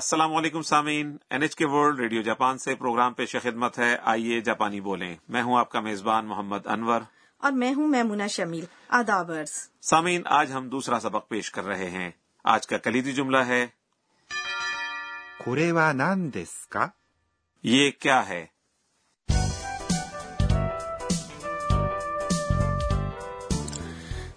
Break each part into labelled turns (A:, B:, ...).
A: السلام علیکم سامعین N H K world radio Japan سے پروگرام پیش خدمت ہے آئیے جاپانی بولیں میں ہوں آپ کا میزبان محمد انور
B: اور میں ہوں میمونہ شمیل آدابرس
A: سامعین آج ہم دوسرا سبق پیش کر رہے ہیں آج کا کلیدی جملہ ہے
C: これは何ですか
A: یہ کیا ہے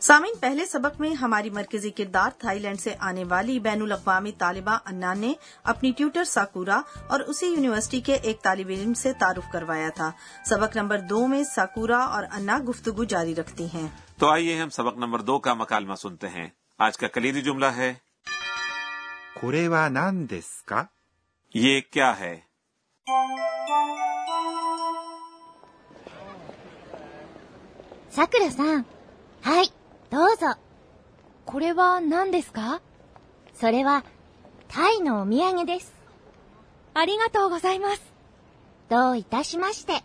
B: سامعین پہلے سبق میں ہماری مرکزی کردار تھائی لینڈ سے آنے والی بین الاقوامی طالبہ انا نے اپنی ٹیوٹر ساکورا اور اسی یونیورسٹی کے ایک طالب علم سے تعارف کروایا تھا سبق نمبر دو میں ساکورا اور انا گفتگو جاری رکھتی ہیں
A: تو آئیے ہم سبق نمبر دو کا مکالمہ سنتے ہیں آج کا کلیدی جملہ ہے
C: これは何ですか
A: یہ کیا ہے
D: さくらさん。はい、どうぞ。これは何ですかそれは、タイのお土産です。ありがとうございます。どういたしまして。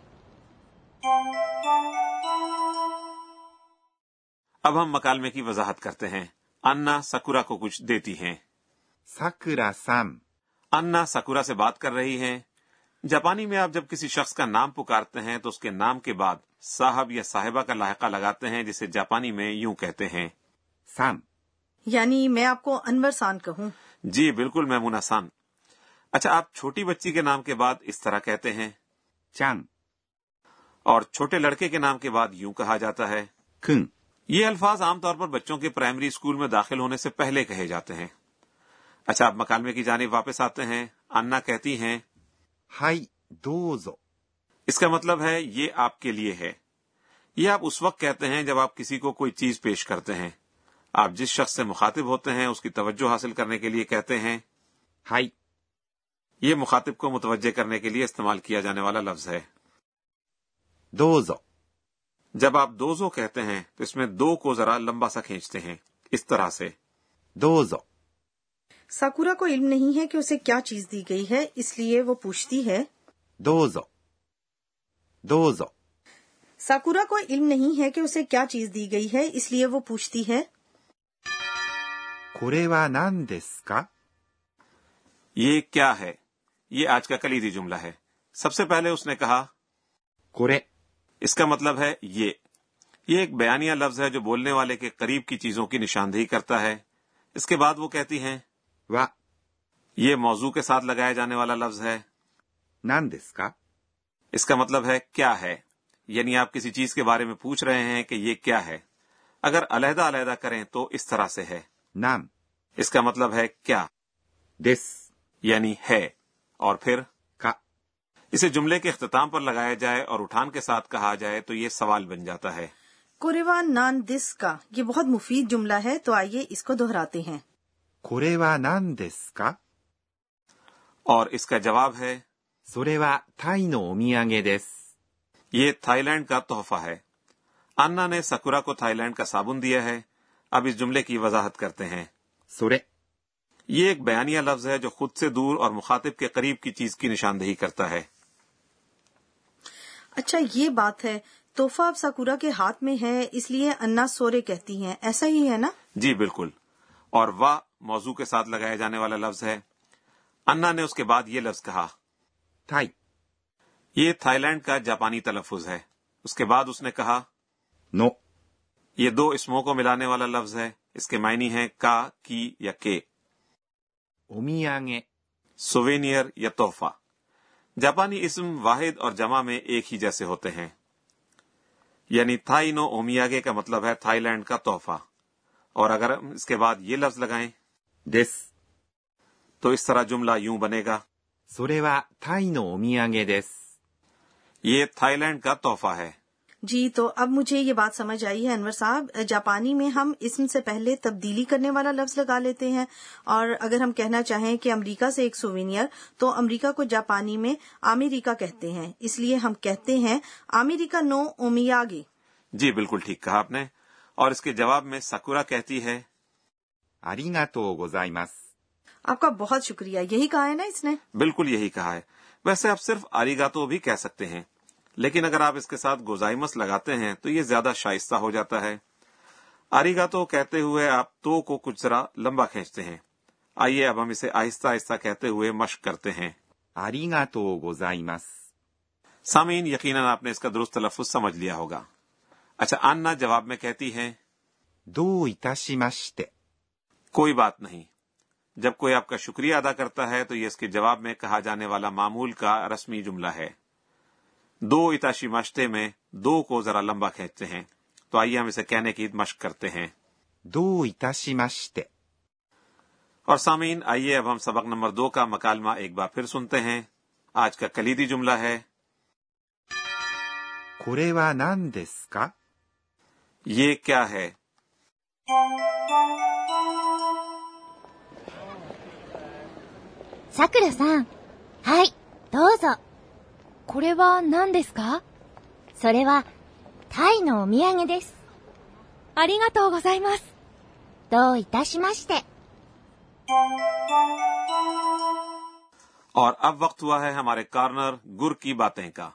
A: اب ہم مکالمے کی وضاحت کرتے ہیں انا سکورا کو کچھ دیتی ہیں
C: さくらさん、
A: انا سکورا سے بات کر رہی ہیں جاپانی میں آپ جب کسی شخص کا نام پکارتے ہیں تو اس کے نام کے بعد صاحب یا صاحبہ کا لاحقہ لگاتے ہیں جسے جاپانی میں یوں کہتے ہیں
C: さん、
B: یعنی میں آپ کو انور سان کہوں
A: جی بالکل میمونہ سان اچھا آپ چھوٹی بچی کے نام کے بعد اس طرح کہتے ہیں
C: ちゃん、
A: اور چھوٹے لڑکے کے نام کے بعد یوں کہا جاتا ہے
C: くん、
A: یہ الفاظ عام طور پر بچوں کے پرائمری اسکول میں داخل ہونے سے پہلے کہے جاتے ہیں اچھا آپ مکالمے کی جانب واپس آتے ہیں انا کہتی ہیں
C: はい、どうぞ。
A: اس کا مطلب ہے یہ آپ کے لیے ہے یہ آپ اس وقت کہتے ہیں جب آپ کسی کو کوئی چیز پیش کرتے ہیں آپ جس شخص سے مخاطب ہوتے ہیں اس کی توجہ حاصل کرنے کے لیے کہتے ہیں
C: はい、
A: یہ مخاطب کو متوجہ کرنے کے لیے استعمال کیا جانے والا لفظ ہے
C: どうぞ。
A: جب آپ دوزو کہتے ہیں تو اس میں دو کو ذرا لمبا سا کھینچتے ہیں اس طرح سے
C: どうぞ。
B: ساکورا کو علم نہیں ہے کہ اسے کیا چیز دی گئی ہے اس لیے وہ پوچھتی ہے
C: どうぞ。どうぞ。
B: ساکورا کو علم نہیں ہے کہ اسے کیا چیز دی گئی ہے اس لیے وہ پوچھتی ہے
C: これは何ですか
A: یہ کیا ہے یہ آج کا کلیدی جملہ ہے سب سے پہلے اس نے کہا
C: これ、
A: اس کا مطلب ہے یہ یہ ایک بیانیہ لفظ ہے جو بولنے والے کے قریب کی چیزوں کی نشاندہی کرتا ہے اس کے بعد وہ کہتی ہیں
C: は、
A: یہ موضوع کے ساتھ لگایا جانے والا لفظ ہے
C: 何ですか
A: اس کا مطلب ہے کیا ہے یعنی آپ کسی چیز کے بارے میں پوچھ رہے ہیں کہ یہ کیا ہے اگر علیحدہ علیحدہ کریں تو اس طرح سے ہے
C: なん、
A: اس کا مطلب ہے کیا
C: です、
A: یعنی ہے اور پھر
C: か、
A: اسے جملے کے اختتام پر لگایا جائے اور اٹھان کے ساتھ کہا جائے تو یہ سوال بن جاتا ہے
B: کوریوا نان دس کا یہ بہت مفید جملہ ہے تو آئیے اس کو دہراتے ہیں
C: これは何ですか
A: اور اس کا جواب ہے
C: それはタイのお土産です。
A: یہ تھائی لینڈ کا تحفہ ہے انا نے سکورا کو تھائی لینڈ کا صابن دیا ہے اب اس جملے کی وضاحت کرتے ہیں
C: それ、
A: یہ ایک بیانیہ لفظ ہے جو خود سے دور اور مخاطب کے قریب کی چیز کی نشاندہی کرتا ہے
B: اچھا یہ بات ہے توحفہ اب ساکورا کے ہاتھ میں ہے اس لیے انا سورے کہتی ہیں ایسا ہی ہے نا
A: جی بالکل اور وا موضوع کے ساتھ لگایا جانے والا لفظ ہے انا نے اس کے بعد یہ لفظ کہا
C: タイ
A: یہ تھائی لینڈ کا جاپانی تلفظ ہے اس کے بعد اس نے کہا
C: の
A: یہ دو اسموں کو ملانے والا لفظ ہے اس کے معنی ہیں کا کی یا کے
C: お土産。
A: سووینئر یا تحفہ جاپانی اسم واحد اور جمع میں ایک ہی جیسے ہوتے ہیں یعنی تھائی نو اومیاگے کا مطلب ہے تھائی لینڈ کا تحفہ اور اگر ہم اس کے بعد یہ لفظ لگائیں
C: です。
A: تو اس طرح جملہ یوں بنے گا
C: それはタイのお土産です。
A: یہ تھائی لینڈ کا تحفہ ہے
B: جی تو اب مجھے یہ بات سمجھ آئی ہے انور صاحب جاپانی میں ہم اسم سے پہلے تبدیلی کرنے والا لفظ لگا لیتے ہیں اور اگر ہم کہنا چاہیں کہ امریکہ سے ایک سووینئر تو امریکہ کو جاپانی میں آمیریکا کہتے ہیں اس لیے ہم کہتے ہیں آمیریکا نو اومیاگے
A: جی بالکل ٹھیک کہا آپ نے اور اس کے جواب میں سکورا کہتی ہے
C: ありがとうございます。
B: آپ کا بہت شکریہ یہی کہا ہے نا اس نے
A: بالکل یہی کہا ہے ویسے آپ صرف آریگاتو بھی کہہ سکتے ہیں لیکن اگر آپ اس کے ساتھ گوزائمس لگاتے ہیں تو یہ زیادہ شائستہ ہو جاتا ہے آریگاتو کہتے ہوئے آپ تو کو کچھ ذرا لمبا کھینچتے ہیں آئیے اب ہم اسے آہستہ آہستہ کہتے ہوئے مشق کرتے ہیں
C: ありがとうございます。
A: سامعین یقیناً آپ نے اس کا درست تلفظ سمجھ لیا ہوگا اچھا آنا جواب میں کہتی ہیں
C: どういたしまして。
A: کوئی بات نہیں جب کوئی آپ کا شکریہ ادا کرتا ہے تو یہ اس کے جواب میں کہا جانے والا معمول کا رسمی جملہ ہے دو اتاشی مشتے میں دو کو ذرا لمبا کھینچتے ہیں تو آئیے ہم اسے کہنے کی مشق کرتے ہیں
C: どういたしまして。
A: اور سامعین آئیے اب ہم سبق نمبر دو کا مکالمہ ایک بار پھر سنتے ہیں آج کا کلیدی جملہ ہے
C: これは何ですか
A: یہ کیا ہے
D: さくらさん。はい、どうぞ。これは何ですかそれは、タイのお土産です。ありがとうございます。どういたしまして。
A: اور اب وقت ہوا ہے ہمارے کارنر گر کی باتیں کا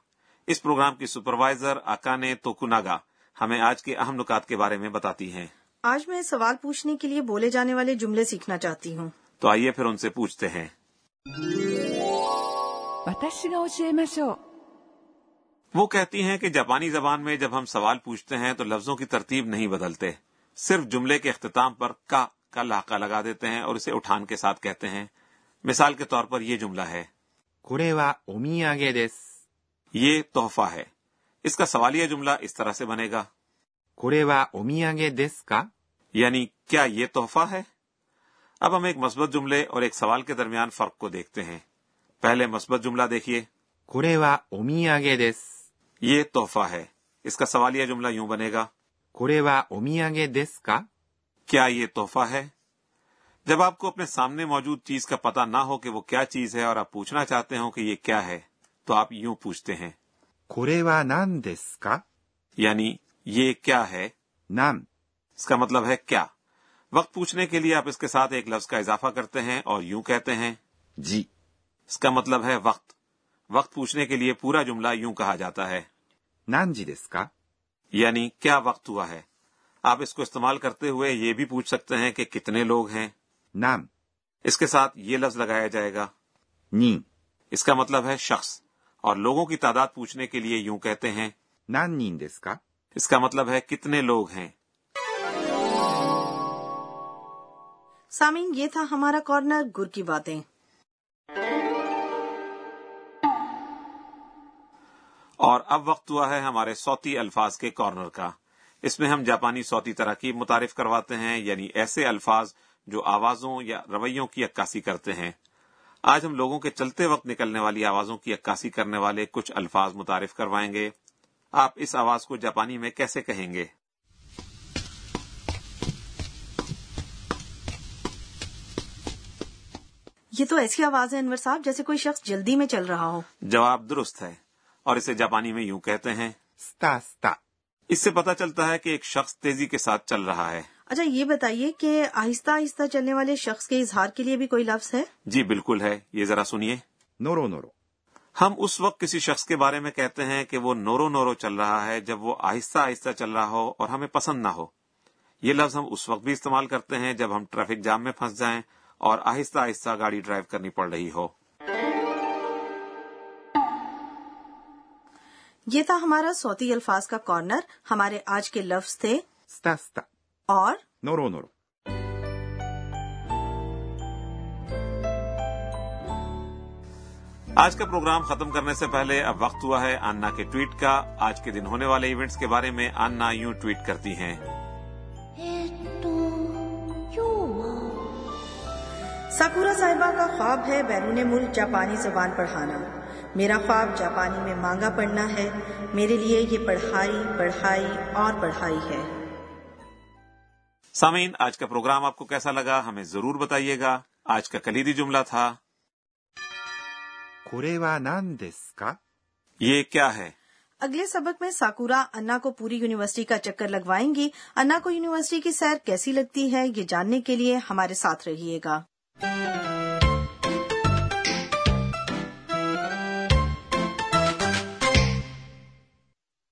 A: اس پروگرام کی سپروائزر اکانے توکناگا ہمیں آج کے اہم نکات کے بارے میں بتاتی ہیں
B: آج میں سوال پوچھنے کے لیے بولے جانے والے جملے سیکھنا چاہتی ہوں
A: تو آئیے پھر ان سے پوچھتے ہیں
E: 私が教えましょう
A: وہ کہتی ہیں کہ جاپانی زبان میں جب ہم سوال پوچھتے ہیں تو لفظوں کی ترتیب نہیں بدلتے صرف جملے کے اختتام پر کا کا لاقہ لگا دیتے ہیں اور اسے اٹھان کے ساتھ کہتے ہیں مثال کے طور پر یہ جملہ ہے
C: これはお土産です。
A: یہ تحفہ ہے اس کا سوالیہ جملہ اس طرح سے بنے گا
C: これはお土産ですか
A: یعنی کیا یہ تحفہ ہے اب ہم ایک مثبت جملے اور ایک سوال کے درمیان فرق کو دیکھتے ہیں پہلے مثبت جملہ دیکھیے
C: これはお土産です。
A: یہ تحفہ ہے اس کا سوالیہ جملہ یوں بنے گا
C: これはお土産ですか
A: کیا یہ تحفہ ہے جب آپ کو اپنے سامنے موجود چیز کا پتہ نہ ہو کہ وہ کیا چیز ہے اور آپ پوچھنا چاہتے ہو کہ یہ کیا ہے تو آپ یوں پوچھتے ہیں
C: これは何ですか
A: یعنی یہ کیا ہے
C: なん、
A: اس کا مطلب ہے کیا وقت پوچھنے کے لیے آپ اس کے ساتھ ایک لفظ کا اضافہ کرتے ہیں اور یوں کہتے ہیں
C: じ、
A: اس کا مطلب ہے وقت وقت پوچھنے کے لیے پورا جملہ یوں کہا جاتا ہے
C: 何時ですか
A: یعنی کیا وقت ہوا ہے آپ اس کو استعمال کرتے ہوئے یہ بھی پوچھ سکتے ہیں کہ کتنے لوگ ہیں
C: 何、
A: اس کے ساتھ یہ لفظ لگایا جائے گا
C: 人、
A: اس کا مطلب ہے شخص اور لوگوں کی تعداد پوچھنے کے لیے یوں کہتے ہیں
C: 何人ですか
A: اس کا مطلب ہے کتنے لوگ ہیں
B: سامعین یہ تھا ہمارا کارنر گر کی باتیں
A: اور اب وقت ہوا ہے ہمارے صوتی الفاظ کے کارنر کا اس میں ہم جاپانی صوتی تراکیب متعارف کرواتے ہیں یعنی ایسے الفاظ جو آوازوں یا رویوں کی عکاسی کرتے ہیں آج ہم لوگوں کے چلتے وقت نکلنے والی آوازوں کی عکاسی کرنے والے کچھ الفاظ متعارف کروائیں گے آپ اس آواز کو جاپانی میں کیسے کہیں گے
B: یہ تو ایسی آواز ہے انور صاحب جیسے کوئی شخص جلدی میں چل رہا ہو
A: جواب درست ہے اور اسے جاپانی میں یوں کہتے ہیں
C: スタスタ、
A: اس سے پتہ چلتا ہے کہ ایک شخص تیزی کے ساتھ چل رہا ہے
B: اچھا یہ بتائیے کہ آہستہ آہستہ چلنے والے شخص کے اظہار کے لیے بھی کوئی لفظ ہے
A: جی بالکل ہے یہ ذرا سنیے
C: のろのろ、
A: ہم اس وقت کسی شخص کے بارے میں کہتے ہیں کہ وہ نورو نورو چل رہا ہے جب وہ آہستہ آہستہ چل رہا ہو اور ہمیں پسند نہ ہو یہ لفظ ہم اس وقت بھی استعمال کرتے ہیں جب ہم ٹریفک جام میں پھنس جائیں اور آہستہ آہستہ گاڑی ڈرائیو کرنی پڑ رہی ہو
B: یہ تھا ہمارا صوتی الفاظ کا کارنر ہمارے آج کے لفظ تھے
C: スタスタ、
B: اور
C: のろのろ。
A: آج کا پروگرام ختم کرنے سے پہلے اب وقت ہوا ہے آنا کے ٹویٹ کا آج کے دن ہونے والے ایونٹس کے بارے میں آنا یوں ٹویٹ کرتی ہیں
D: えっと、今日は。
B: ساکورا صاحبہ کا خواب ہے بیرون ملک جاپانی زبان پڑھانا میرا خواب جاپانی میں مانگا پڑھنا ہے میرے لیے یہ پڑھائی پڑھائی اور پڑھائی ہے
A: سامعین آج کا پروگرام آپ کو کیسا لگا ہمیں ضرور بتائیے گا آج کا کلیدی جملہ تھا
C: これは何ですか
A: یہ کیا ہے
B: اگلے سبق میں ساکورا انا کو پوری یونیورسٹی کا چکر لگوائیں گی انا کو یونیورسٹی کی سیر کیسی لگتی ہے یہ جاننے کے لیے ہمارے ساتھ رہیے گا